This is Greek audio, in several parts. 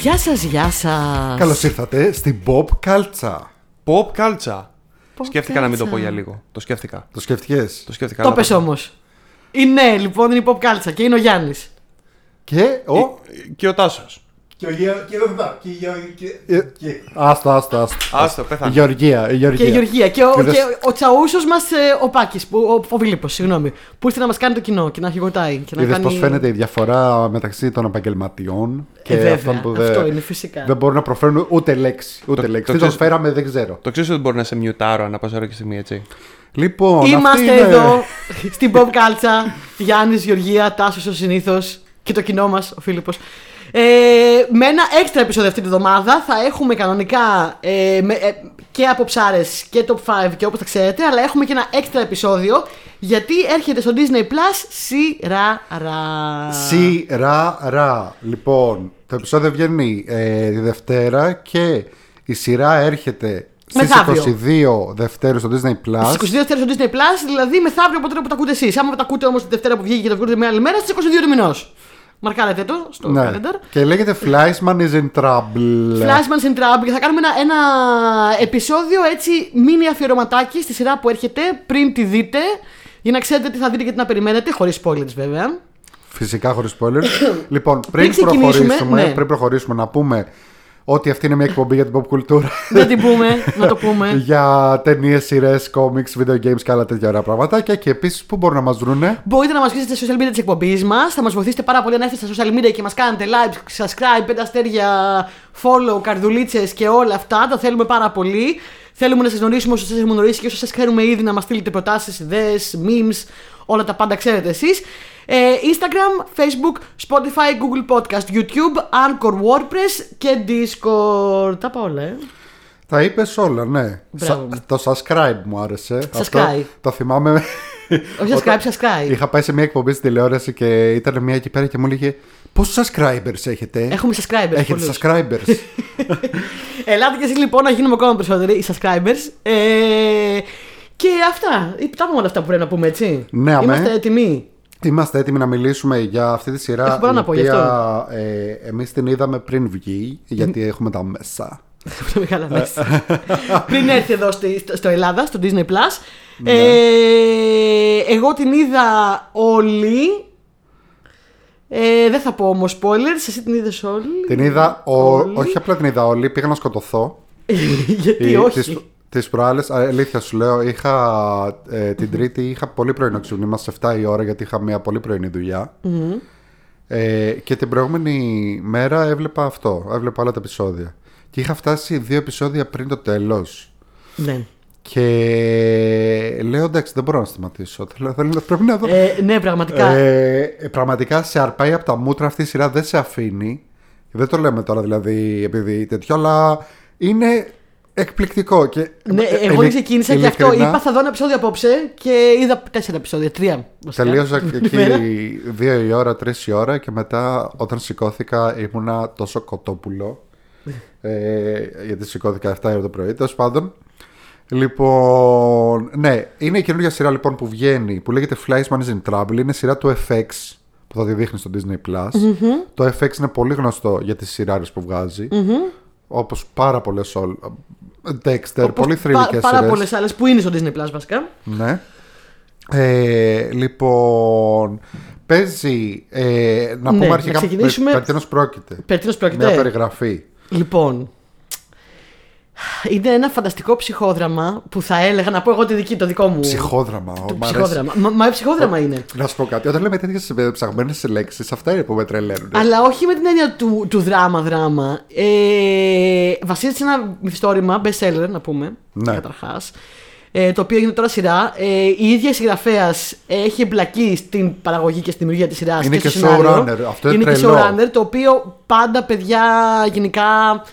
Γεια σας, γεια σας. Καλώς ήρθατε στην Pop Κάλτσα. Pop culture. Σκέφτηκα να μην το culture. πω για λίγο. Το σκέφτηκα. Το σκέφτηκες. Το σκέφτηκα. Το αλλά πες όμως. Η ναι, λοιπόν, είναι η pop κάλτσα και είναι ο Γιάννης. Και ο. Και ο Τάσος. Και ο Γεω... Και εδώ θα Και η Γεω- και- ε, και- Άστο, άστο, άστο. Άστο, Η πέθανε. Γεωργία. Η Γεωργία. Και η Γεωργία. Και ο, Είδες. και ο τσαούσος μας, ε, ο Πάκης, που- ο, ο Βιλίππος, συγγνώμη, που ήρθε να μας κάνει το κοινό και να χιγοτάει. Και να Είδες κάνει... πώς φαίνεται η διαφορά μεταξύ των επαγγελματιών και Ε, βέβαια, αυτών που δεν, αυτό είναι φυσικά. δεν μπορούν να προφέρουν ούτε λέξη. Ούτε Το- λέξη. το Τι τον ξέρεις- φέραμε, δεν ξέρω. Το ξέρεις ότι μπορεί να σε μιουτάρω ανά πάσα ώρα και στιγμή, έτσι. Λοιπόν, αυτή Είμαστε είναι- εδώ στην pop κάλτσα. Γιάννης, Γεωργία, Τάσος ο συνήθως και το κοινό μας, ο Φίλιππος. Ε, με ένα έξτρα επεισόδιο αυτή τη βδομάδα θα έχουμε κανονικά ε, με- ε, και από ψάρες και top 5 και όπως τα ξέρετε, αλλά έχουμε και ένα έξτρα επεισόδιο γιατί έρχεται στο Disney Plus σειρά. Σειρά ρα. Λοιπόν, το επεισόδιο βγαίνει ε, τη Δευτέρα και η σειρά έρχεται στις Μεθαύριο. 22 Δευτέρου στο Disney Plus. Στις 22 Δευτέρα στο Disney Plus, δηλαδή μεθαύριο από τώρα που τα ακούτε εσείς. Άμα τα ακούτε όμως τη Δευτέρα που βγήκε και τα ακούτε μια άλλη μέρα, στις 22 του μηνός. Μαρκάρετε το στο Ναι. calendar. Και λέγεται Fleischman is in trouble. Flashman in Trouble και θα κάνουμε ένα, ένα επεισόδιο έτσι μίνι αφιερωματάκι στη σειρά που έρχεται πριν τη δείτε για να ξέρετε τι θα δείτε και τι να περιμένετε, χωρίς spoilers βέβαια. Φυσικά χωρίς spoiler. λοιπόν, πριν, ξεκινήσουμε, προχωρήσουμε, ναι. πριν προχωρήσουμε, να πούμε ότι αυτή είναι μια εκπομπή για την pop κουλτούρα. να την πούμε, να το πούμε. για ταινίες, σειρές, comics, video games και άλλα τέτοια ωραία πραγματάκια. Και επίσης, πού μπορούν να μας βρούνε. Μπορείτε να μας βρείτε στα social media της εκπομπής μας. Θα μας βοηθήσετε πάρα πολύ να έρθετε στα social media και μας κάνετε like, subscribe, πέντε αστέρια, follow, καρδουλίτσες και όλα αυτά. Τα θέλουμε πάρα πολύ. Θέλουμε να σας γνωρίσουμε όσο σας έχουμε γνωρίσει και όσο σας ξέρουμε ήδη να μας στείλετε προτάσεις, ιδέες, memes, όλα τα πάντα ξέρετε εσείς. Ε, Instagram, Facebook, Spotify, Google Podcast, YouTube, Anchor, WordPress και Discord. Τα πάω όλα, ε. Τα είπες όλα, ναι. Μπράβο. το subscribe μου άρεσε. Subscribe. το θυμάμαι. Όχι subscribe, subscribe. Είχα πάει σε μια εκπομπή στην τηλεόραση και ήταν μια εκεί πέρα και μου έλεγε Πόσους subscribers έχετε. Έχουμε subscribers. Ε, έχετε πολλούς. subscribers. Ελάτε κι εσείς λοιπόν να γίνουμε ακόμα περισσότεροι οι subscribers. Ε, και αυτά. Ε, Τα πούμε όλα αυτά που πρέπει να πούμε, έτσι. Ναι, αμέ. Είμαστε έτοιμοι. Είμαστε έτοιμοι να μιλήσουμε για αυτή τη σειρά Έχω πολλά να πω γι' οποία ε, εμείς την είδαμε πριν βγει γιατί έχουμε τα μέσα Τα μεγάλα μέσα. Πριν έρθει εδώ στη- στο, στο Ελλάδα, στο Disney Plus. Ναι. Ε, εγώ την είδα όλη. Ε, δεν θα πω όμως spoilers, εσύ την είδες όλη. Την είδα, ο, Όλη. όχι απλά την είδα όλη, πήγα να σκοτωθώ Γιατί Η- όχι. Τις, τις προάλλες, α, αλήθεια σου λέω, είχα, ε, την τρίτη είχα πολύ πρωινό ξυπνήμα στις 7 η ώρα γιατί είχα μια πολύ πρωινή δουλειά. Ε, και την προηγούμενη μέρα έβλεπα αυτό, έβλεπα όλα τα επεισόδια και είχα φτάσει δύο επεισόδια πριν το τέλος Ναι. Και λέω εντάξει, δεν μπορώ να σταματήσω. Θέλω, θέλω, να- πρέπει να δω. Ε, ναι, πραγματικά. Ε, πραγματικά σε αρπάει από τα μούτρα αυτή η σειρά, δεν σε αφήνει. Δεν το λέμε τώρα δηλαδή επειδή τέτοιο, αλλά είναι εκπληκτικό. Και, ναι, ε, εγώ ειλικ- ξεκίνησα και αυτό. ειλικρινά, Είπα θα δω ένα επεισόδιο απόψε και είδα τέσσερα επεισόδια, τρία. βασικά. Τελείωσα Την ημέρα. εκεί δύο η ώρα, τρεις η ώρα και μετά όταν σηκώθηκα ήμουνα τόσο κοτόπουλο. ε, γιατί σηκώθηκα 7 η ώρα το πρωί, τέλος πάντων. Λοιπόν, ναι, είναι η καινούργια σειρά λοιπόν που βγαίνει που λέγεται Fleischman is in Trouble. Είναι σειρά του FX που θα τη δείχνεις στο Disney Plus. Το FX είναι πολύ γνωστό για τις σειράρες που βγαζει Όπως πάρα πολλές όλ... Dexter, πολύ Πα- θρηλυκές Πάρα σειρές. πολλές άλλες που είναι στο Disney Plus βασικά. Ναι. Ε, λοιπόν, παίζει. Ε, να Ναι, πούμε να αρχικά ξεκινήσουμε- περί τίνος πρόκειται. Περί τίνος πρόκειται. ναι. Μια περιγραφή. Λοιπόν. Είναι ένα φανταστικό ψυχόδραμα που θα έλεγα να πω εγώ τη δική, το δικό μου. Ψυχόδραμα. ο, Ε, Το μ' αρέσει. Ε, ψυχόδραμα. Μα, μα ψυχόδραμα είναι. Να σου πω κάτι. Όταν λέμε τέτοιες ψαγμένες λέξεις, αυτά είναι που με τρελαίνουν. Αλλά όχι με την έννοια του, του δράμα-δράμα. Ε, βασίζεται σε ένα μυθιστόρημα, best seller να πούμε, Ναι. καταρχάς. Ε, το οποίο γίνεται τώρα σειρά. Ε, η ίδια συγγραφέας έχει εμπλακεί στην παραγωγή και στη δημιουργία της σειράς. Είναι και showrunner. Αυτό είναι είναι και τρελό. showrunner, το οποίο πάντα παιδιά γενικά.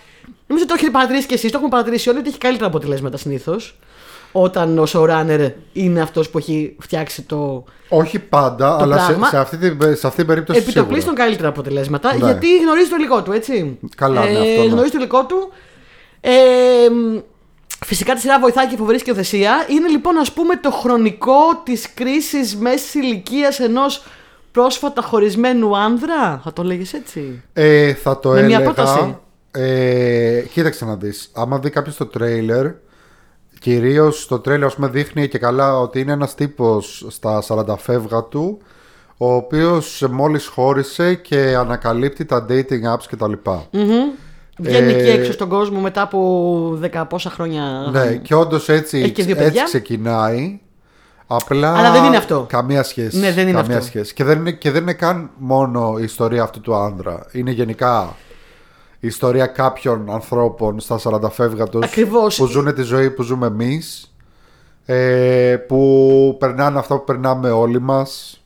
Νομίζω το έχετε παρατηρήσει κι εσείς, το έχουμε παρατηρήσει όλοι ότι έχει καλύτερα αποτελέσματα συνήθως. Όταν ο showrunner είναι αυτός που έχει φτιάξει το, Όχι πάντα, αλλά σε, πράγμα- σε, αυτή την, σε αυτή την περίπτωση. σίγουρα. Επιτοπλίστων καλύτερα αποτελέσματα. Ναι. Γιατί γνωρίζει το υλικό του, έτσι. Ε, Καλά, ναι, αυτό, ναι. Γνωρίζει το υλικό του. Ε, μ, φυσικά τη σειρά βοηθάει και η φοβερή σκηνοθεσία. Είναι λοιπόν, ας πούμε, το χρονικό της κρίσης μέσης ηλικίας ενός πρόσφατα χωρισμένου άνδρα. Θα το λέγες έτσι. Ε, θα το Με μια έλεγα. πρόταση. Ε, κοίταξε να δεις. Άμα δει κάποιος το τρέιλερ, κυρίως το τρέιλερ ας πούμε δείχνει και καλά ότι είναι ένας τύπος στα 40 φεύγα του, ο οποίος μόλις χώρισε και ανακαλύπτει τα dating apps κτλ. Βγαίνει Ε, και έξω στον κόσμο μετά από δεκα πόσα χρόνια. Ναι, και όντως έτσι, Έχει και δύο έτσι παιδιά. ξεκινάει. Απλά. Αλλά δεν είναι αυτό. Καμία σχέση. Ναι, δεν είναι καμία αυτό. Σχέση. Και, δεν είναι, και δεν είναι καν μόνο η ιστορία αυτού του άνδρα. Είναι γενικά η ιστορία κάποιων ανθρώπων στα 40 φεύγα τους Ακριβώς. που ζουν τη ζωή που ζούμε εμείς ε, που περνάνε αυτά που περνάμε όλοι μας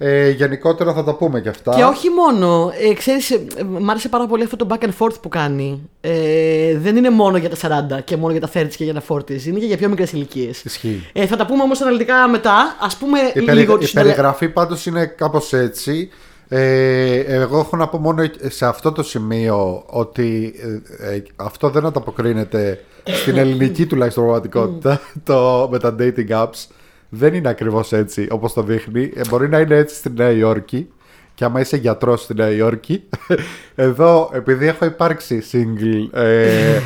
ε, γενικότερα θα τα πούμε και αυτά Και όχι μόνο. Ε, ξέρεις, ε, μ' άρεσε πάρα πολύ αυτό το back and forth που κάνει. Ε, δεν είναι μόνο για τα 40 και μόνο για τα 30 και για τα 40. Είναι και για πιο μικρές ηλικίες. Ισχύει. Ε, θα τα πούμε όμως αναλυτικά μετά. Ας πούμε Η, περι- λίγο η τους συνολε- περιγραφή πάντως είναι κάπως έτσι. Ε, εγώ έχω να πω μόνο ε, σε αυτό το σημείο ότι ε, ε, αυτό δεν ανταποκρίνεται στην ελληνική τουλάχιστον πραγματικότητα το, με τα dating apps. Δεν είναι ακριβώς έτσι όπως το δείχνει. Ε, μπορεί να είναι έτσι στη Νέα Υόρκη και άμα είσαι γιατρός στη Νέα Υόρκη εδώ επειδή έχω υπάρξει single ε,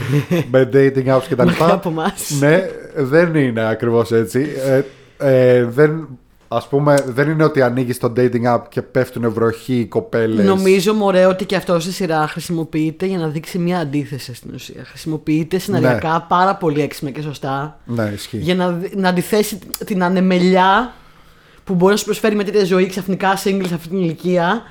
με dating apps και τα λοιπά, Μακριά από εμάς. ναι, δεν είναι ακριβώς έτσι. Ε, ε, δεν, ας πούμε, δεν είναι ότι ανοίγεις το dating app και πέφτουν βροχή οι κοπέλες. Νομίζω μωρέ ότι και αυτό στη σειρά χρησιμοποιείται για να δείξει μια αντίθεση στην ουσία. Χρησιμοποιείται συναριακά πάρα πολύ έξυπνα και σωστά. Ναι, ισχύει. Για να, δι- να αντιθέσει την ανεμελιά που μπορεί να σου προσφέρει με τέτοια ζωή ξαφνικά single σε αυτή την ηλικία.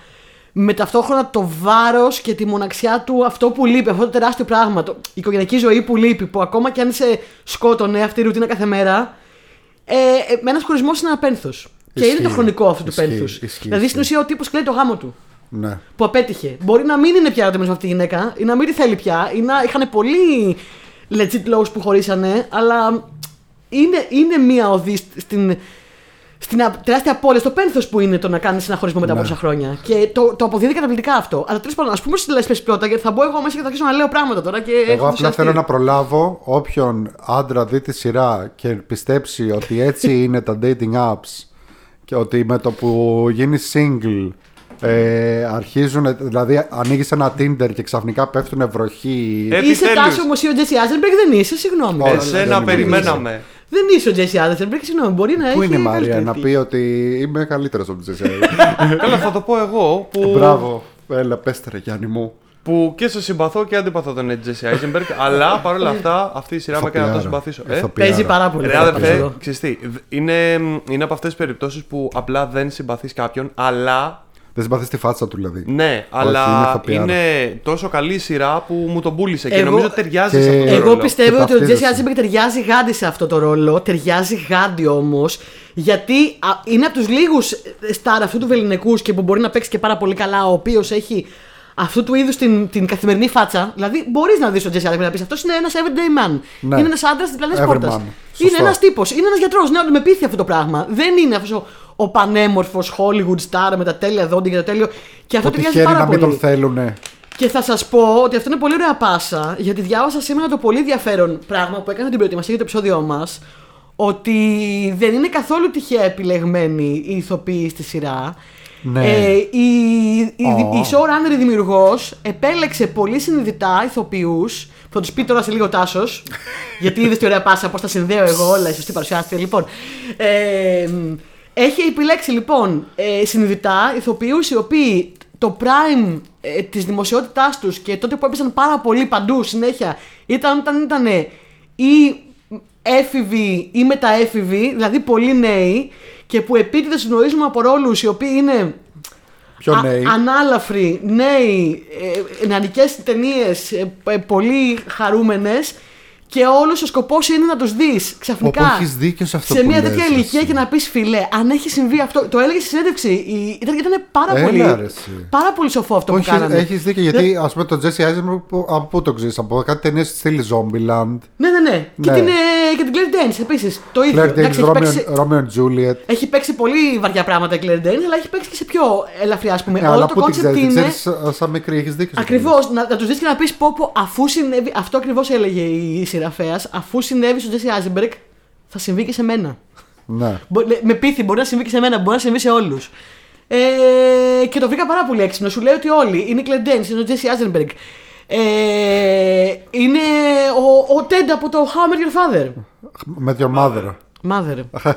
Με ταυτόχρονα το βάρος και τη μοναξιά του, αυτό που λείπει, αυτό το τεράστιο πράγμα. Το, η οικογενειακή ζωή που λείπει, που ακόμα και αν σε σκότωνε αυτή η ρουτίνα κάθε μέρα. Ε, ε, με ένας χωρισμός είναι ένα πένθος. Και είναι Ισχύει. το χρονικό αυτό του Ισχύει, πένθου. ισχύει, Δηλαδή στην ισχύει. ουσία ο τύπος κλαίει το γάμο του Ναι. που απέτυχε. Μπορεί να μην είναι πια ερωτημένο με αυτή τη γυναίκα, ή να μην τη θέλει πια, ή να είχαν πολύ legit λόγους που χωρίσανε, αλλά είναι, είναι μία οδή σ- στην, στην α- τεράστια απώλεια, στο πένθος που είναι το να κάνεις ένα χωρισμό μετά από Ναι. τόσα χρόνια. Και το, το αποδίδει καταπληκτικά αυτό. Αλλά τέλος πάντων, ας πούμε στι λε πρώτα, γιατί θα μπω εγώ μέσα και θα αρχίσω να λέω πράγματα τώρα. Και έχω Εγώ απλά ενθουσιαστεί. θέλω να προλάβω όποιον άντρα δει τη σειρά και πιστέψει ότι έτσι είναι τα dating apps και ότι με το που γίνει single ε, αρχίζουν, δηλαδή ανοίγεις ένα Tinder και ξαφνικά πέφτουν βροχή. Ε, Είσαι Επιτέλους. τάσο όμως ή ο Τζέσι Άζενμπεργκ, δεν είσαι, συγγνώμη. Όχι, τώρα, δεν δηλαδή. Εσένα νομίζω. περιμέναμε. Δεν είσαι ο Τζέσι Άζενμπεργκ, συγγνώμη. Μπορεί να Πού έχει είναι η Μαρία να καλύτερη. πει ότι είμαι καλύτερος από τη Τζεσία. Καλά, θα το πω εγώ που, Ε, Μπράβο. Έλα, πέστε ρε Γιάννη μου. που και σε συμπαθώ και αντιπαθώ τον Τζέσι Άιζενμπεργκ, αλλά παρόλα αυτά αυτή η σειρά με έκανε να τον Ηθοποιάρα. συμπαθήσω. Ε, Ηθοποιάρα. Παίζει πάρα πολύ. Ρε αυτό το αδερφέ, επεισόδιο. ξέρεις τι, είναι, είναι από αυτές τις περιπτώσεις που απλά δεν συμπαθείς κάποιον, αλλά Δεν συμπαθείς τη φάτσα του δηλαδή. ναι, είναι αλλά ηθοποιάρα. είναι τόσο καλή η σειρά που μου τον πούλησε και Εγώ- νομίζω ταιριάζει Και- σε αυτό το Εγώ ρόλο. πιστεύω Ε, Και ότι ο Τζέσι ταυτίζεσαι. Άζεμπεργκ ταιριάζει γάντι σε αυτό το ρόλο. Ταιριάζει γάντι όμως, γιατί α, είναι από τους λίγους στάρ αυτού του βεληνικούς και που μπορεί να παίξει και πάρα πολύ καλά, ο οποίος έχει αυτού του είδους την, την καθημερινή φάτσα. Δηλαδή, μπορείς να δεις τον Τζέσι Άζεμπεργκ να πεις αυτός είναι ένας everyday man. Ναι. Είναι ένας άντρας της πλανήτης Everyman. πόρτας. Σωστό. Είναι ένας τύπος, είναι ένας γιατρός. Ναι, με πείθει αυτό το πράγμα. Δεν είναι αυτός ο, ο πανέμορφος Hollywood star με τα τέλεια δόντια και το τέλειο. Και αυτό Που ταιριάζει τυχαίνει πάρα να μην πολύ. τον θέλουνε. Και θα σας πω ότι αυτό είναι πολύ ωραία πάσα, γιατί διάβασα σήμερα το πολύ ενδιαφέρον πράγμα που έκανε την προετοιμασία για το επεισόδιό μας. Ότι δεν είναι καθόλου τυχαία επιλεγμένη η ηθοποιή στη σειρά. Ναι. Ε, η, η, Ω. η showrunner, η δημιουργός, επέλεξε πολύ συνειδητά ηθοποιούς. Θα τους πει τώρα σε λίγο τάσος. γιατί είδες τη ωραία πάσα, πώς τα συνδέω εγώ όλα, η σωστή παρουσιάστηκε. Λοιπόν. Ε, έχει επιλέξει λοιπόν ε, συνειδητά ηθοποιούς οι οποίοι το prime ε, της δημοσιότητάς τους και τότε που έπαιζαν πάρα πολύ παντού συνέχεια ήταν όταν ήταν ή έφηβοι ή μεταέφηβοι, δηλαδή πολύ νέοι και που επίτηδες γνωρίζουμε από ρόλους οι οποίοι είναι Πιο Α- νέοι. Ανάλαφροι, νέοι, ε, νεανικέ ταινίες, ε, πολύ χαρούμενες. Και όλος ο σκοπός είναι να τους δεις Όπου ξαφνικά. έχεις δίκιο σε αυτό σε που μια λες, τέτοια εσύ. ηλικία και να πεις φιλέ, αν έχει συμβεί αυτό. Το έλεγε στη συνέντευξη. η- Ήταν, ήταν πάρα, Έλα, πολύ, ρε, εσύ. πάρα πολύ σοφό αυτό που Όχι, κάνανε. έχεις δίκιο γιατί ας πούμε τον Τζέσι Άιζενμπεργκ που- από πού τον ξέρεις, από κάτι ταινίες τη στήλη Zombieland. Ναι, ναι, ναι. Και, Ναι. την, ε, και την Claire Danes επίσης. Το ίδιο. Claire Danes, Εντάξει, έχει, παίξει, Romeo- Romeo and Juliet. έχει παίξει πολύ βαριά πράγματα η Claire Danes, αλλά έχει παίξει και σε πιο ελαφριά, ας πούμε. Ναι, Ε, Όλο αλλά το πού την κόνσεπτ ξέρει, την είναι. ξέρεις σαν μικρή, έχεις δίκιο. σε αυτό. Ακριβώς, να, να τους δεις και να πεις πω, πω αφού συνέβη. Αυτό ακριβώς έλεγε η σειραφέα. Αφού συνέβη στον Τζέσι Άζεμπεργκ, θα συμβεί και σε μένα. Ναι. Μπο- λέ- Με πείθη, μπορεί να συμβεί και σε μένα, μπορεί να συμβεί σε όλους. Ε, και το βρήκα πάρα πολύ έξυπνο. Σου λέει ότι όλοι είναι η Κλεντέν, είναι ο Τζέσι Άζεμπεργκ. Ε, είναι ο, ο Τέντ από το Hammer Your Father. Με your mother. Mother.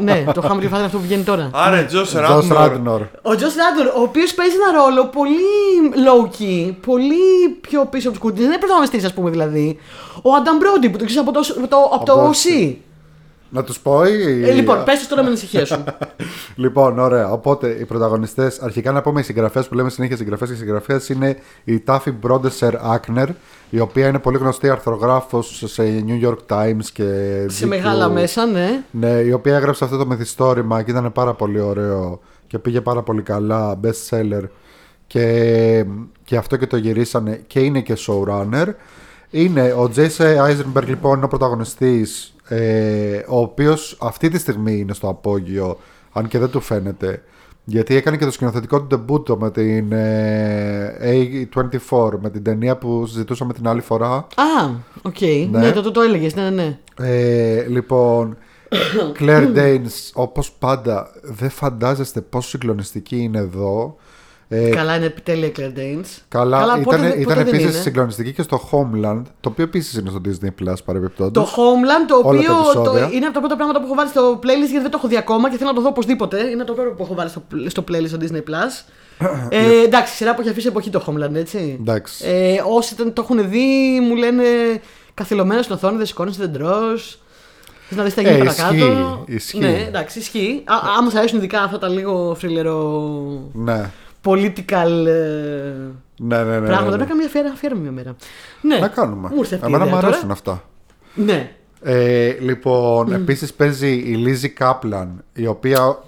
ναι, το Hammer Your Father αυτό που βγαίνει τώρα. Άρα, Τζο Josh Ράντνορ. Radnor. Ο Τζος Ράντον, ο οποίος παίζει ένα ρόλο πολύ low-key, πολύ πιο πίσω από τους κουτί. Δεν είναι πρωταγωνιστής, ας πούμε δηλαδή. Ο Άνταμ Μπρόντι που το ξέρεις από το, από το, από το Από OC. Να τους πω ή... Ε, λοιπόν, πες τώρα με ανησυχία σου. Λοιπόν, ωραία. Οπότε οι πρωταγωνιστές, αρχικά να πούμε οι συγγραφές που λέμε συνέχεια συγγραφές και συγγραφέ είναι η Τάφη Μπρόντεσερ Άκνερ, η οποία είναι πολύ γνωστή αρθρογράφος σε New York Times και. σε GQ. μεγάλα μέσα, ναι. Ναι, η οποία έγραψε αυτό το μυθιστόρημα και ήταν πάρα πολύ ωραίο και πήγε πάρα πολύ καλά. Best seller. Και, και αυτό και το γυρίσανε και είναι και showrunner. Είναι ο Τζέισε Eisenberg λοιπόν είναι ο πρωταγωνιστής ε, ο οποίος αυτή τη στιγμή είναι στο απόγειο αν και δεν του φαίνεται γιατί έκανε και το σκηνοθετικό του ντεμπούτο με την ε, A24 με την ταινία που συζητούσαμε την άλλη φορά Α, οκ. Ναι, Ναι. το, το, το έλεγες. Ναι, ναι, ναι. ε, λοιπόν, Claire Danes, όπως πάντα, δεν φαντάζεστε πόσο συγκλονιστική είναι εδώ. Ε, Καλά, είναι τέλεια η Claire Danes. καλά, πότε ήταν, δεν- ήταν πότε δεν επίσης είναι? συγκλονιστική και στο Homeland, το οποίο επίσης είναι στο Disney Plus Το παρεμπιπτόντως. Homeland, το Όλα τα οποίο επεισόδια. το, είναι από τα πρώτα πράγματα που έχω βάλει στο playlist γιατί δεν το έχω δει ακόμα και θέλω να το δω οπωσδήποτε. Είναι το πρώτο που έχω βάλει στο, στο playlist στο Disney Plus. ε, εντάξει, σειρά που έχει αφήσει εποχή το Homeland, έτσι. Εντάξει. Ε, όσοι τον- το έχουν δει, μου λένε καθυλωμένο στην οθόνη, δεν σηκώνει, δεν τρώ. Θες να δεις τι θα γίνει Ε, παρακάτω. ισχύει, ισχύει. Ναι, εντάξει, ισχύει. Α, άμα σα αρέσουν ειδικά αυτά τα λίγο φρίλερο. Ναι, political. ε, ναι, ναι. ναι, Πράγματα. ναι, Να ναι. κάνουμε μια φέρα αφιέρωμα μια μέρα. Ναι. Να κάνουμε. Μου ήρθε αυτή η Εμένα ιδέα μου τώρα. αρέσουν αυτά. Ναι. Ε, λοιπόν, επίσης παίζει η Λίζη Κάπλαν, η οποία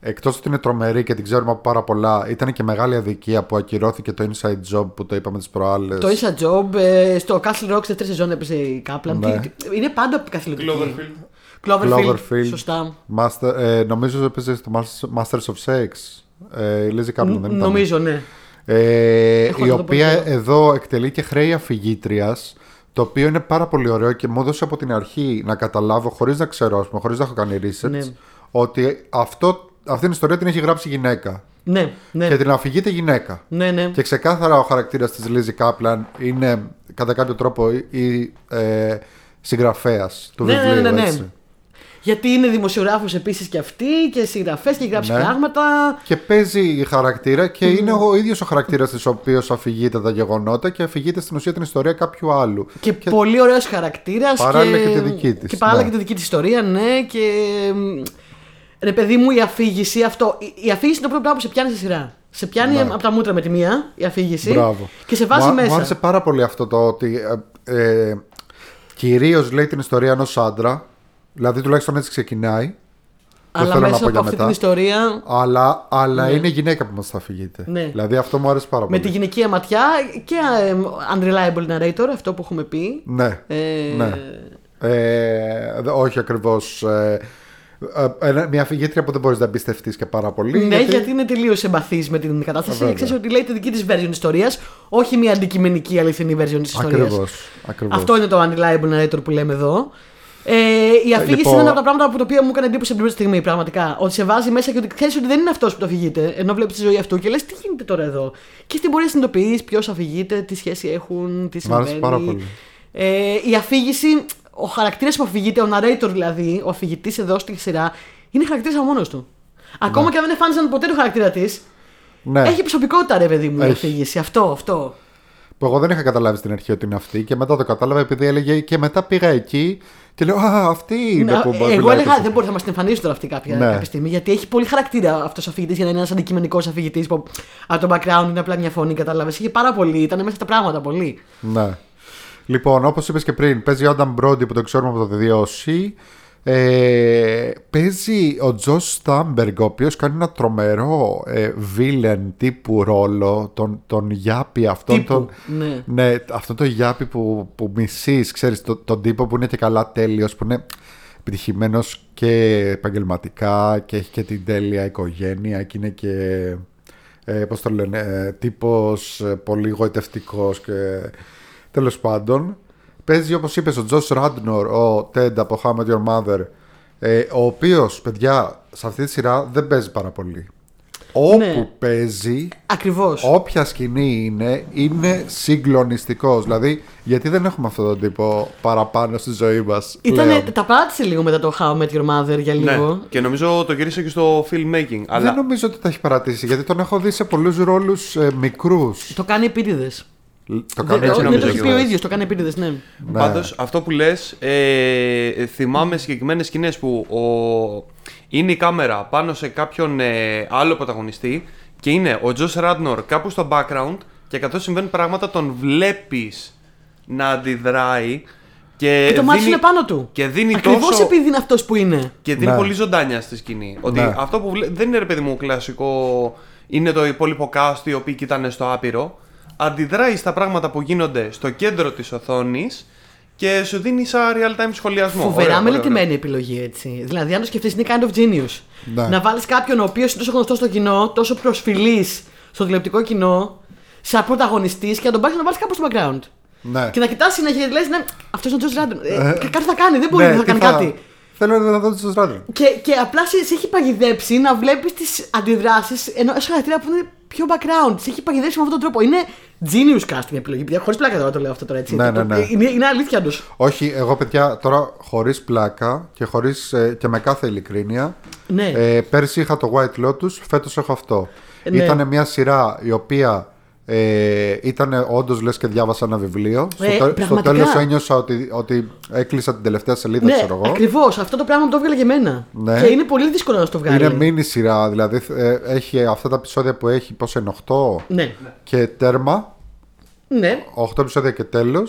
εκτός ότι είναι τρομερή και την ξέρουμε από πάρα πολλά, ήταν και μεγάλη αδικία που ακυρώθηκε το Inside Job που το είπαμε τις προάλλες. Το Ίσα Job ε, στο Castle Rock σε τρεις σεζόν έπαιζε η Κάπλαν. Ναι. Τι- Είναι πάντα καθηλωτική. Cloverfield. Cloverfield. Cloverfield. Σωστά. Master, ε, νομίζω ότι έπαιζε στο Mas- Masters of Sex. Ε, η Lizzy Kaplan, δεν ήταν. Νομίζω, ναι. Ε, Έχω η να το οποία πω και εδώ εκτελεί και χρέη αφηγήτριας, το οποίο είναι πάρα πολύ ωραίο και μου έδωσε από την αρχή να καταλάβω, χωρίς να ξέρω, ας πούμε, χωρίς να έχω κάνει research, Ναι. ότι αυτό, αυτή την ιστορία την έχει γράψει γυναίκα. Ναι, ναι. Και την αφηγείται γυναίκα. Ναι, ναι. Και ξεκάθαρα ο χαρακτήρας της Λίζη Κάπλαν είναι κατά κάποιο τρόπο ή- ή ε, συγγραφέας του Ναι, ναι, βιβλίου. ναι, ναι. έτσι. Γιατί είναι δημοσιογράφος επίσης και αυτή και συγγραφές και έχει γράψει Ναι. πράγματα. Και παίζει η χαρακτήρα και είναι ο ίδιος ο χαρακτήρας της οποίο αφηγείται τα γεγονότα και αφηγείται στην ουσία την ιστορία κάποιου άλλου. Και, πολύ ωραίος χαρακτήρας. Παράλληλα και τη δική της, Και παράλληλα ναι. και τη δική της ιστορία, ναι. Και. μ, Ρε παιδί μου, η αφήγηση αυτό. η- Η αφήγηση είναι το πρώτο πράγμα που σε πιάνει σε σειρά. Σε πιάνει από τα μούτρα με τη μία, η αφήγηση. Ναι. Μπράβο. Και σε βάζει μου, α- μέσα. Μου άρεσε πάρα πολύ αυτό το ότι ε, ε, κυρίως λέει την ιστορία ενός άντρα. Δηλαδή τουλάχιστον έτσι ξεκινάει. αλλά θέλω να μέσα πω από για αυτή μετά. την ιστορία. Αλλά, αλλά είναι η γυναίκα που μας τα αφηγείται. Ναι. Δηλαδή αυτό μου άρεσε πάρα Με πολύ. τη γυναικεία ματιά και ε, unreliable narrator, αυτό που έχουμε πει. Ναι. Ε, ναι. Ε, δε- όχι ακριβώς. ε, μια αφηγήτρια που δεν μπορείς να εμπιστευτείς και πάρα πολύ. Ναι, γιατί, είναι τελείως εμπαθής με την κατάσταση. Βέβαια. Ξέρεις ότι λέει τη δική της version ιστορίας, όχι μια αντικειμενική αληθινή version της ιστορίας. Ακριβώς, ακριβώς. Αυτό είναι το unreliable narrator που λέμε εδώ. Ε, η αφήγηση λοιπόν- είναι ένα από τα πράγματα που το οποίο μου έκανε εντύπωση από την πρώτη στιγμή, πραγματικά. Ότι σε βάζει μέσα και ότι ξέρεις ότι δεν είναι αυτός που το αφηγείται, ενώ βλέπεις τη ζωή αυτού και λες τι γίνεται τώρα εδώ. Και στην πορεία συνειδητοποιεί ποιος αφηγείται, τι σχέση έχουν, τι Μ' άρεσε συμβαίνει. πάρα πολύ. Ε, η αφήγηση, ο χαρακτήρας που αφηγείται, ο narrator δηλαδή, ο αφηγητής εδώ στη σειρά, είναι χαρακτήρας μόνος του. Ακόμα και αν δεν εμφάνισαν ποτέ το χαρακτήρα της, Ναι. έχει προσωπικότητα ρε παιδί μου η Έχει. αφήγηση. Αυτό, αυτό. Που εγώ δεν είχα καταλάβει στην αρχή ότι είναι αυτή και μετά το κατάλαβα επειδή έλεγε και μετά πήγα εκεί και λέω Α, αυτή είναι Να- που Ναι, εγώ μιλάει και έλεγα αυτή». δεν μπορείς να μας την εμφανίσουν τώρα αυτή κάποια, Ναι. κάποια στιγμή. Γιατί έχει πολύ χαρακτήρα αυτός ο αφηγητή για να είναι ένας αντικειμενικός αφηγητή που από το background είναι απλά μια φωνή, κατάλαβες. Είχε πάρα πολύ, ήταν μέσα τα πράγματα πολύ. Ναι. Λοιπόν, όπως είπες και πριν, παίζει ο Άνταμ Μπρόντι που το ξέρουμε από το 2C. Ε, παίζει ο Τζος Στάμπεργκ, ο οποίος κάνει ένα τρομερό ε, villain τύπου ρόλο, τον, τον Γιάπη αυτόν. Τύπου, Τον, ναι. αυτό το Γιάπη που, που μισείς, ξέρεις, το, τον τύπο που είναι και καλά τέλειος, που είναι επιτυχημένος και επαγγελματικά και έχει και την τέλεια οικογένεια και είναι και. Ε, πώς το λένε, ε, τύπος ε, πολύ γοητευτικός και τέλος πάντων. Παίζει όπως είπες ο Τζος Ράντνορ, ο Ted από How I Met Your Mother, ε, ο οποίος, παιδιά, σε αυτή τη σειρά δεν παίζει πάρα πολύ. Όπου Ναι. παίζει, Ακριβώς. όποια σκηνή είναι, είναι συγκλονιστικός. Δηλαδή, γιατί δεν έχουμε αυτόν τον τύπο παραπάνω στη ζωή μας. Ήτανε, τα πάτησε λίγο μετά το How I Met Your Mother για λίγο. Ναι. Και νομίζω το γύρισε και στο filmmaking. Αλλά Δεν νομίζω ότι τα έχει παρατήσει, γιατί τον έχω δει σε πολλούς ρόλους ε, μικρούς. Το κάνει επίτηδες. Το κάνει έτσι Ναι, ο- νομίζω το έχει και πει εγώ. ο ίδιος, το κάνει επίτηδες, ναι. Ναι. Πάντως, αυτό που λες, ε, θυμάμαι συγκεκριμένες σκηνές που ο... είναι η κάμερα πάνω σε κάποιον ε, άλλο πρωταγωνιστή και είναι ο Τζος Ράντνορ κάπου στο background και καθώς συμβαίνουν πράγματα τον βλέπεις να αντιδράει και, Και Ε, το μάτι Ε, δίνει, είναι πάνω του. και δίνει Ακριβώς τόσο- επειδή είναι αυτός που είναι. και δίνει Ναι. πολύ ζωντάνια στη σκηνή. Ότι Ναι. αυτό που βλέ... δεν είναι ρε παιδί μου κλασικό είναι το υπόλοιπο cast οι οποίοι κοιτάνε στο άπειρο. Αντιδράει στα πράγματα που γίνονται στο κέντρο της οθόνης και σου δίνει σαν real time σχολιασμό. Φοβερά Ωραίο, ωραίο, μελετημένη επιλογή έτσι. Δηλαδή, αν το σκεφτείς, είναι kind of genius. Ναι. Να βάλεις κάποιον ο οποίος είναι τόσο γνωστός στο κοινό, τόσο προσφυλής στο τηλεοπτικό κοινό, σαν πρωταγωνιστής και να τον πάρει να βάλεις κάπου στο background. Ναι. Και να κοιτάς συνέχεια και λες: Ναι, αυτός είναι ο Τζο Ράντον. Ε, κα- κάτι θα κάνει, δεν μπορεί Ναι, να τι κάνει θα- κάτι. Θέλω να δω του Ράντον. Και, και απλά σε, σε έχει παγιδέψει να βλέπεις τις αντιδράσεις ενός χαρακτήρα που είναι πιο background. Σε έχει παγιδέψει με αυτόν τον τρόπο. Είναι genius casting επιλογή. Χωρίς πλάκα τώρα το λέω αυτό τώρα έτσι. Ναι, Το- ναι, ναι. Είναι, είναι αλήθεια του. Όχι, εγώ παιδιά τώρα χωρίς πλάκα και, χωρίς, ε, και με κάθε ειλικρίνεια. Ναι. Ε, πέρσι είχα το White Lotus, φέτος έχω αυτό. Ναι. Ήταν μια σειρά η οποία ε, ήταν όντως λες και διάβασα ένα βιβλίο. Ε, στο τε- στο πραγματικά. τέλος ένιωσα ότι, ότι έκλεισα την τελευταία σελίδα, Ναι, ξέρω εγώ. ακριβώς. Αυτό το πράγμα μου το έβγαλε και εμένα. Ναι. Και είναι πολύ δύσκολο να σου το βγάλει. Είναι μίνι σειρά, δηλαδή ε, έχει αυτά τα επεισόδια που έχει, πόσο είναι 8 Ναι. και τέρμα. ναι. 8 επεισόδια και τέλος.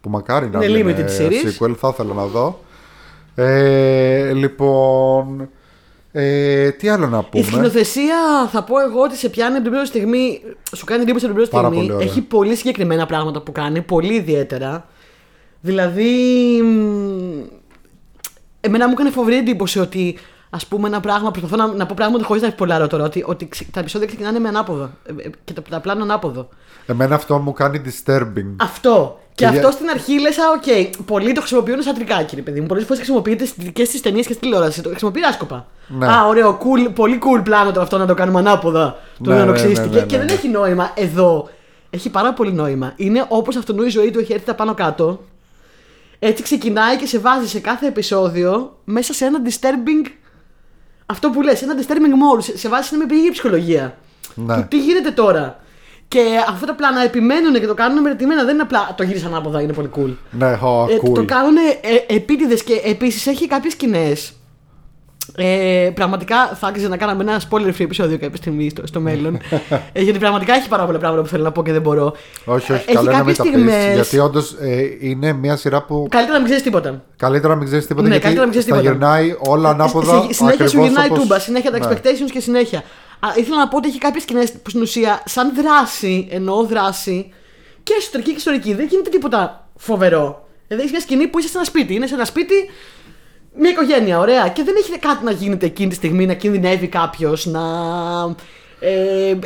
Που μακάρι να Είναι είναι limited series. sequel, θα ήθελα να δω. Ε, λοιπόν. Ε, τι άλλο να Η πούμε. σκηνοθεσία θα πω εγώ ότι σε πιάνει από την πρώτη στιγμή. Σου κάνει εντύπωση από την πρώτη Πάρα στιγμή. πολύ ωραία. Έχει πολύ συγκεκριμένα πράγματα που κάνει, πολύ ιδιαίτερα. Δηλαδή. μ, Εμένα μου έκανε φοβερή εντύπωση ότι ας πούμε ένα πράγμα. Προσπαθώ να, να πω πράγματα χωρίς να πολλάρω τώρα. Ότι, ότι ξε- τα επεισόδια ξεκινάνε με ανάποδο. ε, ε, Και τα, τα πλάνα ανάποδο. Εμένα αυτό μου κάνει disturbing. Αυτό. Και, Mm. Και για- αυτό στην αρχή λες, οκ, πολλοί το χρησιμοποιούν σαν τρικάκι, ρε παιδί μου. Πολλές φορές χρησιμοποιείται στι- και στι ταινίες και στη τηλεόραση. Το χρησιμοποιεί άσκοπα. Ναι. Α, ωραίο, cool, πολύ cool πλάνο το αυτό να το κάνουμε ανάποδα. Το Ναι, ναι, ναι, ναι, ναι, ναι, Και δεν ναι. έχει νόημα εδώ. Έχει πάρα πολύ νόημα. Είναι όπως αυτονού η ζωή του έχει έρθει τα πάνω κάτω. Έτσι ξεκινάει και σε βάζει σε κάθε επεισόδιο μέσα σε ένα disturbing. Αυτό που λες, ένα disturbing mode. Σε, σε βάζει σε μια πηγή ψυχολογία. Ναι. Του τι γίνεται τώρα. Και αυτά τα πλάνα επιμένουν και το κάνουν μερετημένα. Δεν είναι απλά το γύρισαν ανάποδα, είναι πολύ cool. Ναι, oh, Ε, cool. το κάνουν ε, επίτηδες και επίσης έχει κάποιες σκηνές. Ε, πραγματικά θα άξιζε να κάναμε ένα spoiler free επεισόδιο κάποια στιγμή στο, στο μέλλον. ε, γιατί πραγματικά έχει πάρα πολλά πράγματα που θέλω να πω και δεν μπορώ. όχι, όχι, Ε, έχει καλό είναι να μην κάποιες τα πεις, στιγμές- Γιατί όντως είναι μια σειρά που Καλύτερα να μην ξέρεις τίποτα. καλύτερα να μην ξέρεις τίποτα. Ναι, γιατί καλύτερα να μην ξέρεις στα τίποτα. γυρνάει όλα ανάποδα. Συ- συνέχεια σου ακριβώς γυρνάει όπως- τούμπα, συνέχεια τα Ναι. expectations και συνέχεια. Α, ήθελα να πω ότι έχει κάποιες σκηνές που στην ουσία, σαν δράση, εννοώ δράση, και εσωτερική και ιστορική, δεν γίνεται τίποτα φοβερό. Δηλαδή, έχεις μια σκηνή που είσαι σε ένα σπίτι. Είναι σε ένα σπίτι, μια οικογένεια, ωραία. Και δεν έχει κάτι να γίνεται εκείνη τη στιγμή, να κινδυνεύει κάποιος, να. Ε,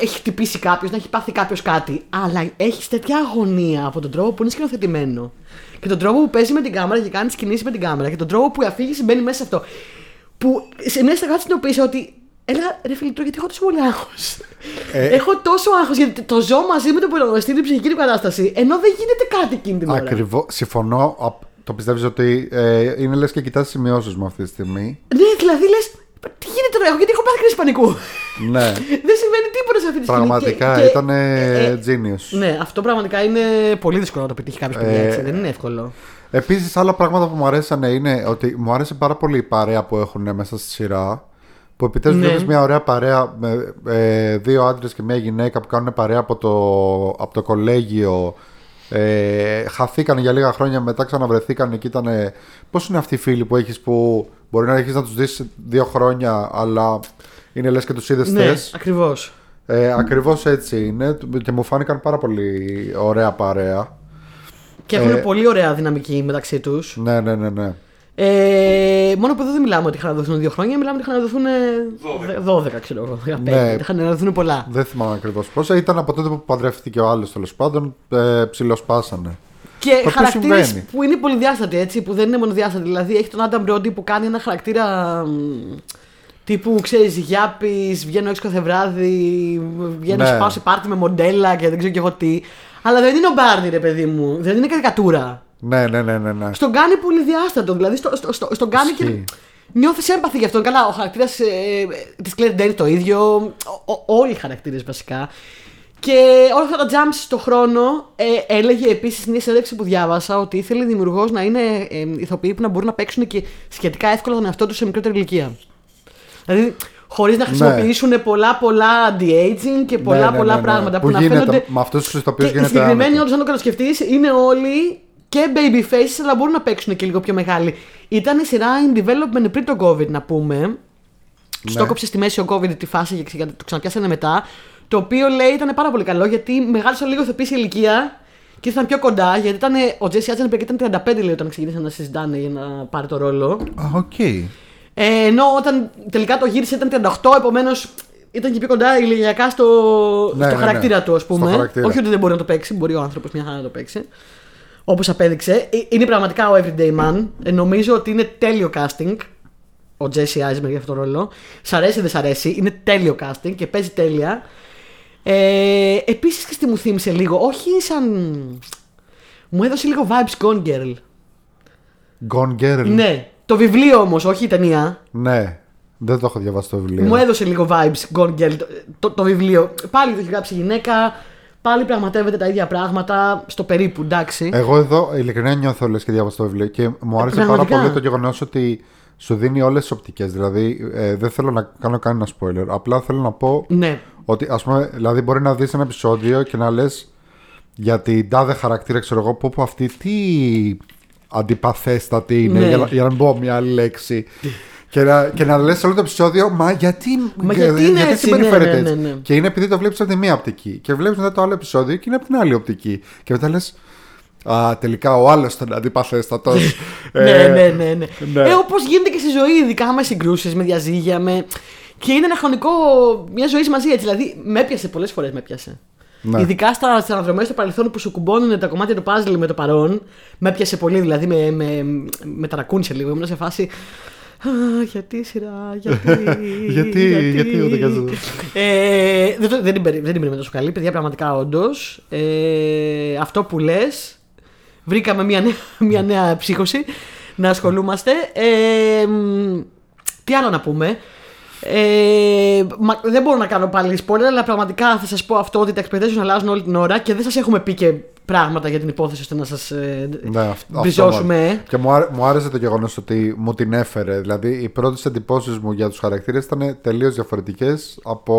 έχει χτυπήσει κάποιος, να έχει πάθει κάποιος κάτι. Αλλά έχεις τέτοια αγωνία από τον τρόπο που είναι σκηνοθετημένο. Και τον τρόπο που παίζει με την κάμερα και κάνει κινήσει με την κάμερα. Και τον τρόπο που η αφήγηση μπαίνει μέσα σε αυτό. Που σε μια στιγμή συνειδητοποίησα ότι. Έλα, ρε φίλε, τώρα γιατί έχω τόσο πολύ άγχος. Ε. έχω τόσο άγχος γιατί το ζω μαζί με τον πρωταγωνιστή την ψυχική του κατάσταση. Ενώ δεν γίνεται κάτι εκείνη την ώρα. Ακριβώ. Συμφωνώ. απ- Το πιστεύεις ότι ε, είναι λες και κοιτάς σημειώσεις μου αυτή τη στιγμή. Ναι, δηλαδή λες. Τι γίνεται τώρα, εγώ γιατί έχω πάθει κρίση πανικού. ναι. Δεν συμβαίνει τίποτα σε αυτή τη στιγμή. Πραγματικά Ε, Και- και- ήταν ε, ε, genius. Ναι, αυτό πραγματικά είναι πολύ δύσκολο να το πετύχει κάποιος Ε, έτσι. Δεν είναι εύκολο. Επίσης, άλλα πράγματα που μου αρέσανε είναι ότι μου άρεσε πάρα πολύ η παρέα που έχουν μέσα στη σειρά. Που επιτέλου Ναι. βλέπει μια ωραία παρέα με ε, δύο άντρες και μια γυναίκα που κάνουν παρέα από το, από το κολέγιο. Ε, χαθήκαν για λίγα χρόνια, μετά ξαναβρεθήκαν και ήταν. Πώς είναι αυτοί οι φίλοι που έχεις που μπορεί να έχεις να τους δεις δύο χρόνια, αλλά είναι λες και τους είδες Ναι, χθες. ακριβώς. Ε, Ακριβώς έτσι είναι και μου φάνηκαν πάρα πολύ ωραία παρέα. Και έχουν Ε, πολύ ωραία δυναμική μεταξύ τους. Ναι, ναι, ναι, ναι. Ε, μόνο που εδώ δεν μιλάμε ότι χαναδοθούν δύο χρόνια, μιλάμε ότι χαναδοθούν 12. 12, ξέρω εγώ. 15. Ναι. Χαναδοθούν πολλά. Δεν θυμάμαι ακριβώς πόσα. Ήταν από τότε που παντρεύτηκε ο άλλος τέλος πάντων. Ε, ψιλοσπάσανε. Και Το χαρακτήρες συμβαίνει. που είναι πολυδιάστατοι, έτσι, που δεν είναι μονοδιάστατοι. Δηλαδή έχει τον Άνταμ Μπρόντι που κάνει ένα χαρακτήρα μ, Τύπου ξέρεις, Γιάπης, βγαίνω έξω κάθε βράδυ, βγαίνω Ναι. σε πάω σε πάρτι με μοντέλα και δεν ξέρω και εγώ τι. Αλλά δεν είναι ο Μπάρνι, ρε παιδί μου. Δεν είναι καρικατούρα. Ναι, ναι, ναι, ναι. ναι. Στον κάνει πολυδιάστατο. Δηλαδή, στο, στο, στο, στον κάνει και. Ισχύει. Νιώθεις έμπαθη γι' αυτόν. Καλά, ο χαρακτήρας ε, της Claire Dane το ίδιο. Ο, ο- όλοι οι χαρακτήρες βασικά. Και όλα αυτά τα jumps στον χρόνο ε, έλεγε επίσης μια συνέντευξη που διάβασα ότι ήθελε δημιουργός να είναι ε, ηθοποιοί που να μπορούν να παίξουν και σχετικά εύκολα τον εαυτό τους σε μικρότερη ηλικία. Δηλαδή, χωρίς να χρησιμοποιήσουν πολλά πολλά anti-aging και πολλά Ναι, ναι, πολλά ναι, ναι. πράγματα που, Που να γίνεται. φαίνονται. Με αυτούς τους ηθοποιούς Και οι γίνεται Συγκεκριμένοι, άνετα. όντως, αν το κατασκεφτείς, είναι όλοι και baby faces, αλλά μπορούν να παίξουν και λίγο πιο μεγάλοι. Ήταν η σειρά in development πριν το COVID, να πούμε. Του το κόψε στη μέση ο COVID τη φάση και το ξαναπιάσανε μετά. Το οποίο λέει ήταν πάρα πολύ καλό γιατί μεγάλωσαν λίγο ηθοποιοί σε ηλικία και ήρθαν πιο κοντά. Γιατί ήταν, ο Τζέσι Άτζενμπεργκ ήταν 35 λέει, όταν ξεκίνησαν να συζητάνε για να πάρει το ρόλο. Α, οκ. Ε, ενώ όταν τελικά το γύρισε ήταν 38, επομένως ήταν και πιο κοντά ηλικιακά στο, Ναι, στο ναι, χαρακτήρα ναι. του, ας πούμε. Στο χαρακτήρα. Όχι ότι δεν μπορεί να το παίξει, μπορεί ο άνθρωπος μια χαρά να το παίξει. Όπως απέδειξε. Ε, Είναι πραγματικά ο everyday man. Ε, νομίζω ότι είναι τέλειο casting. Ο Jesse Eisenberg για αυτόν τον ρόλο. Σ' αρέσει, δεν σ' αρέσει. Είναι τέλειο casting και παίζει τέλεια. Ε, Επίσης και στη μου θύμισε λίγο, όχι σαν. Μου έδωσε λίγο vibes Gone Girl. Gone Girl. Ναι. Το βιβλίο όμως, όχι η ταινία. Ναι. Δεν το έχω διαβάσει το βιβλίο. Μου έδωσε λίγο vibes Gone Girl το, το, το βιβλίο. Πάλι το έχει γράψει γυναίκα. Πάλι πραγματεύεται τα ίδια πράγματα στο περίπου, εντάξει. Εγώ εδώ ειλικρινά νιώθω λες και διάβασα το βιβλίο και μου άρεσε πάρα πραγματικά. πολύ το γεγονός ότι σου δίνει όλες τις οπτικές. Δηλαδή, ε, δεν θέλω να κάνω κανένα spoiler. Απλά θέλω να πω Ναι. ότι, ας πούμε, δηλαδή μπορεί να δεις ένα επεισόδιο και να λες για την τάδε χαρακτήρα, ξέρω εγώ, που, που αυτή τι αντιπαθέστατη είναι, Ναι. για, να- για να μην πω μια άλλη λέξη. και να, και να λες όλο το επεισόδιο, μα γιατί, Μα γιατί είναι έτσι, ναι, συμπεριφέρεται ναι, ναι, έτσι?» ναι. Και είναι επειδή το βλέπεις από τη μία οπτική. Και βλέπεις μετά το άλλο επεισόδιο και είναι από την άλλη οπτική. Και μετά λες. Α, τελικά ο άλλος ήταν αντιπαθέστατος. ναι, ναι, ναι, ναι. Ε. ναι. Ε, όπως γίνεται και στη ζωή, ειδικά με συγκρούσεις, με διαζύγια, με. Και είναι ένα χρονικό. μια ζωή μαζί έτσι. Δηλαδή, με έπιασε πολλές φορές, με έπιασε. Ναι. Ειδικά στα, στα αναδρομές του παρελθόν που σου κουμπώνουν τα κομμάτια του puzzle με το παρόν. Με έπιασε πολύ, δηλαδή με, με, με ταρακούνησε λίγο. Ήμουν σε φάση. «Α, γιατί σειρά, γιατί. Γιατί, γιατί ούτε καζό». ε, δεν, το- δεν, την περί- δεν την περίμενα τόσο καλή, παιδιά, πραγματικά όντως. Ε, αυτό που λες βρήκαμε μια νέα, μια νέα ψύχωση να ασχολούμαστε. Ε, μ, τι άλλο να πούμε. Ε, μα- δεν μπορώ να κάνω πάλι spoiler, αλλά πραγματικά θα σας πω αυτό ότι τα expectations αλλάζουν όλη την ώρα και δεν σας έχουμε πει και πράγματα για την υπόθεση ώστε να σας ε, Ναι, αυ- αυτό μπριζώσουμε. μάλλον. Και μου, άρε- μου άρεσε το γεγονός ότι μου την έφερε. Δηλαδή, οι πρώτες εντυπώσεις μου για τους χαρακτήρες ήταν τελείως διαφορετικές από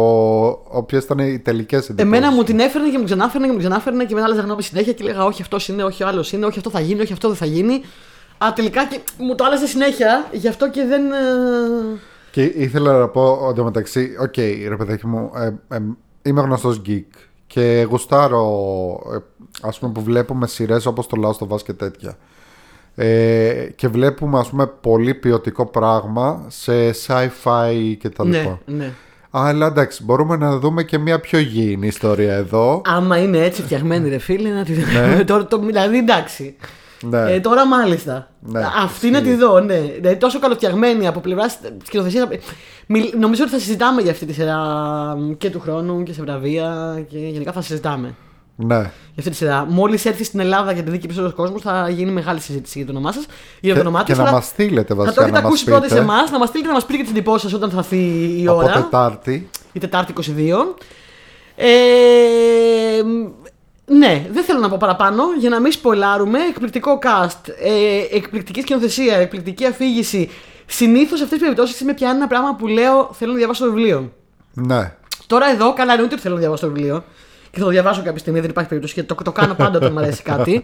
όποιες ήταν οι τελικές εντυπώσεις. Εμένα μου την έφερνε και μου ξανάφερνε και μου ξανάφερνε και μετά άλλαζα γνώμη συνέχεια και λέγα Όχι, αυτό είναι, όχι, ο άλλος είναι, όχι, αυτό θα γίνει, όχι, αυτό δεν θα γίνει. Α, τελικά και μου το άλλαζε συνέχεια, γι' αυτό και δεν. ε, Και ήθελα να πω εντωμεταξύ, οκ, ρε παιδάκι μου, ε, ε, είμαι γνωστός geek και γουστάρω, ε, ας πούμε, που βλέπουμε σειρές όπως το Last of Us και τέτοια. Ε, και βλέπουμε, ας πούμε, πολύ ποιοτικό πράγμα σε sci-fi και τα λοιπά. Ναι, ναι. Αλλά εντάξει, μπορούμε να δούμε και μια πιο υγιεινή ιστορία εδώ. Άμα είναι έτσι φτιαγμένη, ρε φίλε, να τη δούμε. τώρα, το, δηλαδή εντάξει. Ναι. Ε, τώρα μάλιστα. Ναι, Αυτή να τη δω, ναι. Δηλαδή, τόσο καλοφτιαγμένη από πλευράς σκηνοθεσία. Νομίζω ότι θα συζητάμε για αυτή τη σειρά μ, και του χρόνου και σε βραβεία και γενικά θα συζητάμε. Ναι. για αυτή τη σειρά. Μόλις έρθει στην Ελλάδα για τη δίκη ψήφο κόσμος, θα γίνει μεγάλη συζήτηση για το όνομά σας. Για το Και, όνομά και της, να αλλά μας στείλετε Θα το βασικά. έχετε να μας ακούσει πρώτα σε πείτε εμάς, να μας στείλετε να μας πείτε και τις εντυπώσεις σας όταν θα έρθει η Από ώρα. Τετάρτη. Η Τετάρτη 22. Ε, ναι, δεν θέλω να πω παραπάνω για να μην σπολάρουμε. Εκπληκτικό cast, ε, εκπληκτική σκηνοθεσία, εκπληκτική αφήγηση. Συνήθως σε αυτές τις περιπτώσεις με πιάνει ένα πράγμα που λέω θέλω να διαβάσω το βιβλίο. Ναι. Τώρα εδώ, καλά εννοείται ότι θέλω να διαβάσω το βιβλίο. Και θα το διαβάσω κάποια στιγμή, δεν υπάρχει περίπτωση. Γιατί το, το κάνω πάντα όταν μου αρέσει κάτι.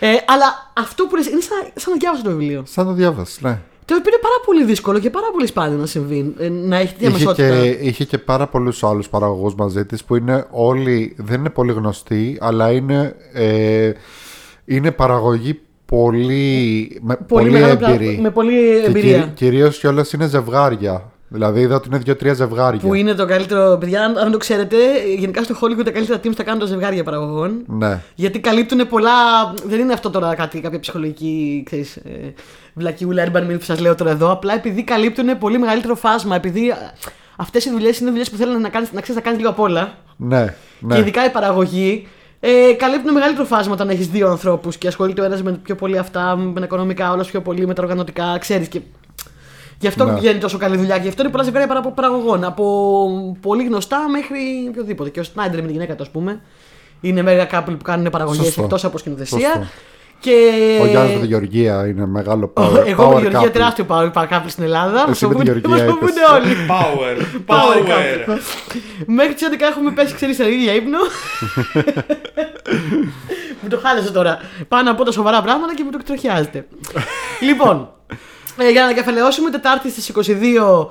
Ε, αλλά αυτό που λες είναι σαν, σαν να διάβασα το βιβλίο. Σαν το διάβαση, ναι. Το οποίο είναι πάρα πολύ δύσκολο και πάρα πολύ σπάνιο να συμβεί. ε, να έχει τη Είχε διαμεσότητα. και, είχε και πάρα πολλούς άλλους παραγωγούς μαζί της που είναι όλοι, δεν είναι πολύ γνωστοί, αλλά είναι, ε, είναι παραγωγή πολύ, με, πολύ, μεγάλο πλα- έμπειρη. με πολύ εμπειρία. Και κυρίως κιόλας είναι ζευγάρια. Δηλαδή είδα ότι είναι δύο-τρία ζευγάρια. Που είναι το καλύτερο. Παιδιά, αν αν δεν το ξέρετε, γενικά στο Hollywood τα καλύτερα teams τα κάνουν τα ζευγάρια παραγωγών. Ναι. Γιατί καλύπτουν πολλά. Δεν είναι αυτό τώρα κάτι, κάποια ψυχολογική ξέρεις, ε, βλακιούλα, urban myth που σας λέω τώρα εδώ. Απλά επειδή καλύπτουν πολύ μεγαλύτερο φάσμα. Επειδή αυτές οι δουλειές είναι δουλειές που θέλουν να, κάνεις, να ξέρεις να κάνεις λίγο απ' όλα. Ναι, ναι. Και ειδικά η παραγωγή. Ε, καλύπτουν μεγαλύτερο φάσμα όταν έχεις δύο ανθρώπους και ασχολείται ο ένας με πιο πολύ αυτά, με τα οικονομικά, όλος πιο πολύ με τα οργανωτικά, ξέρεις. Και... Γι' αυτό Ναι. βγαίνει τόσο καλή δουλειά και γι' αυτό είναι πολλά ζευγάρια παρα- παραγωγών. Από πολύ γνωστά μέχρι οποιοδήποτε. Και ο Σνάιντερ με τη γυναίκα του, ας πούμε, είναι μέγα couple που κάνουν παραγωγές Σωστό. εκτός από σκηνοθεσία. Σωστό. Και... Ο Γιάννης με τη Γεωργία είναι μεγάλο Ο- power. Ε, Εγώ με power τη Γεωργία couple. τεράστιο power couple στην Ελλάδα. Μας Εσύ με τη φοβούνται- Γεωργία μας φοβούνται είπες. όλοι. Power. Power Power. Μέχρι τι 11 έχουμε πέσει ξέρεις σε ίδια ύπνο. Μου το χάλεσε τώρα. Πάνω από τα σοβαρά πράγματα και μου το εκτροχιάζετε. λοιπόν, ε, για να ανακεφαλαιώσουμε, Τετάρτη στις 22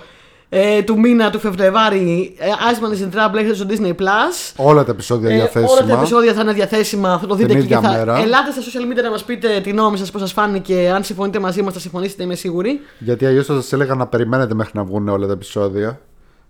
ε, του μήνα του Φεβρουαρίου, ε, Iceman is in Trouble έχετε στο Disney Plus. Όλα τα επεισόδια Ε, διαθέσιμα. όλα τα επεισόδια θα είναι διαθέσιμα, θα το δείτε Την εκεί και ίδια θα... μέρα. Ελάτε στα social media να μας πείτε τη γνώμη σας, πώς σας φάνηκε, αν συμφωνείτε μαζί μας θα συμφωνήσετε, είμαι σίγουρη. Γιατί αλλιώς θα σας έλεγα να περιμένετε μέχρι να βγουν όλα τα επεισόδια.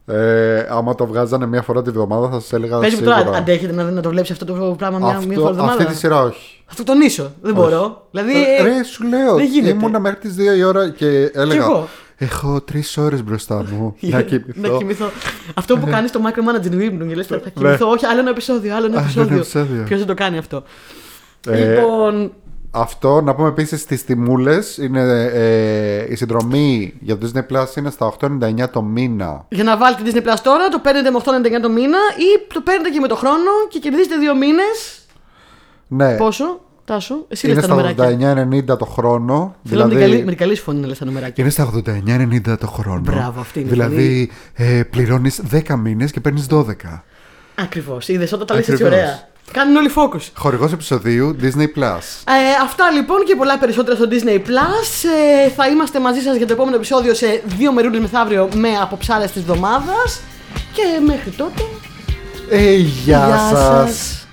Ε, άμα το βγάζανε μία φορά τη βδομάδα, θα σας έλεγα Πες μου σίγουρα. τώρα, αντέχετε να, να το βλέπεις αυτό το πράγμα μια, Αυτό- μια φορά την αυτή τη σειρά όχι. Θα αυτοκτονήσω. Δεν μπορώ. Δηλαδή. ε, Ρε, σου λέω. δεν γίνεται. Ήμουνα μέχρι τις 2 η ώρα και έλεγα. εγώ. Έχω τρεις ώρες μπροστά μου να κοιμηθώ. ε, Ναι. να κοιμηθώ. Αυτό που κάνεις στο micromanaging του ύπνου, και λες, θα κοιμηθώ. Όχι, άλλο ένα επεισόδιο, άλλο ένα Άλλο ένα επεισόδιο. επεισόδιο. Ποιος δεν το κάνει αυτό. Ε, Λοιπόν, Αυτό να πούμε επίσης τις τιμούλες. Είναι ε, η συνδρομή για το Disney Plus είναι στα 8,99 το μήνα. για να βάλετε Disney Plus τώρα, το παίρνετε με 8,99 το μήνα ή το παίρνετε και με το χρόνο και κερδίζετε δύο μήνες. Ναι, Πόσο, Τάσο, εσύ λε είναι τα στα νούμεράκια. 89,90 το χρόνο. Θέλω με την καλή- με Δηλαδή, την καλή σου φωνή να λες τα νούμεράκια. είναι στα 89,90 το χρόνο. Μπράβο, αυτή είναι η Δηλαδή, ε, πληρώνεις 10 μήνες και παίρνεις 12. Ακριβώς. Είδες όταν τα λες έτσι Ακριβώς. ωραία. Κάνουν όλοι focus. Χορηγός επεισοδίου Disney Plus. Ε, αυτά λοιπόν και πολλά περισσότερα στο Disney Plus. Ε, θα είμαστε μαζί σας για το επόμενο επεισόδιο σε δύο μερούλες μεθαύριο με αποψάρες της εβδομάδας. Και μέχρι τότε, Ε, γεια, σας. σας.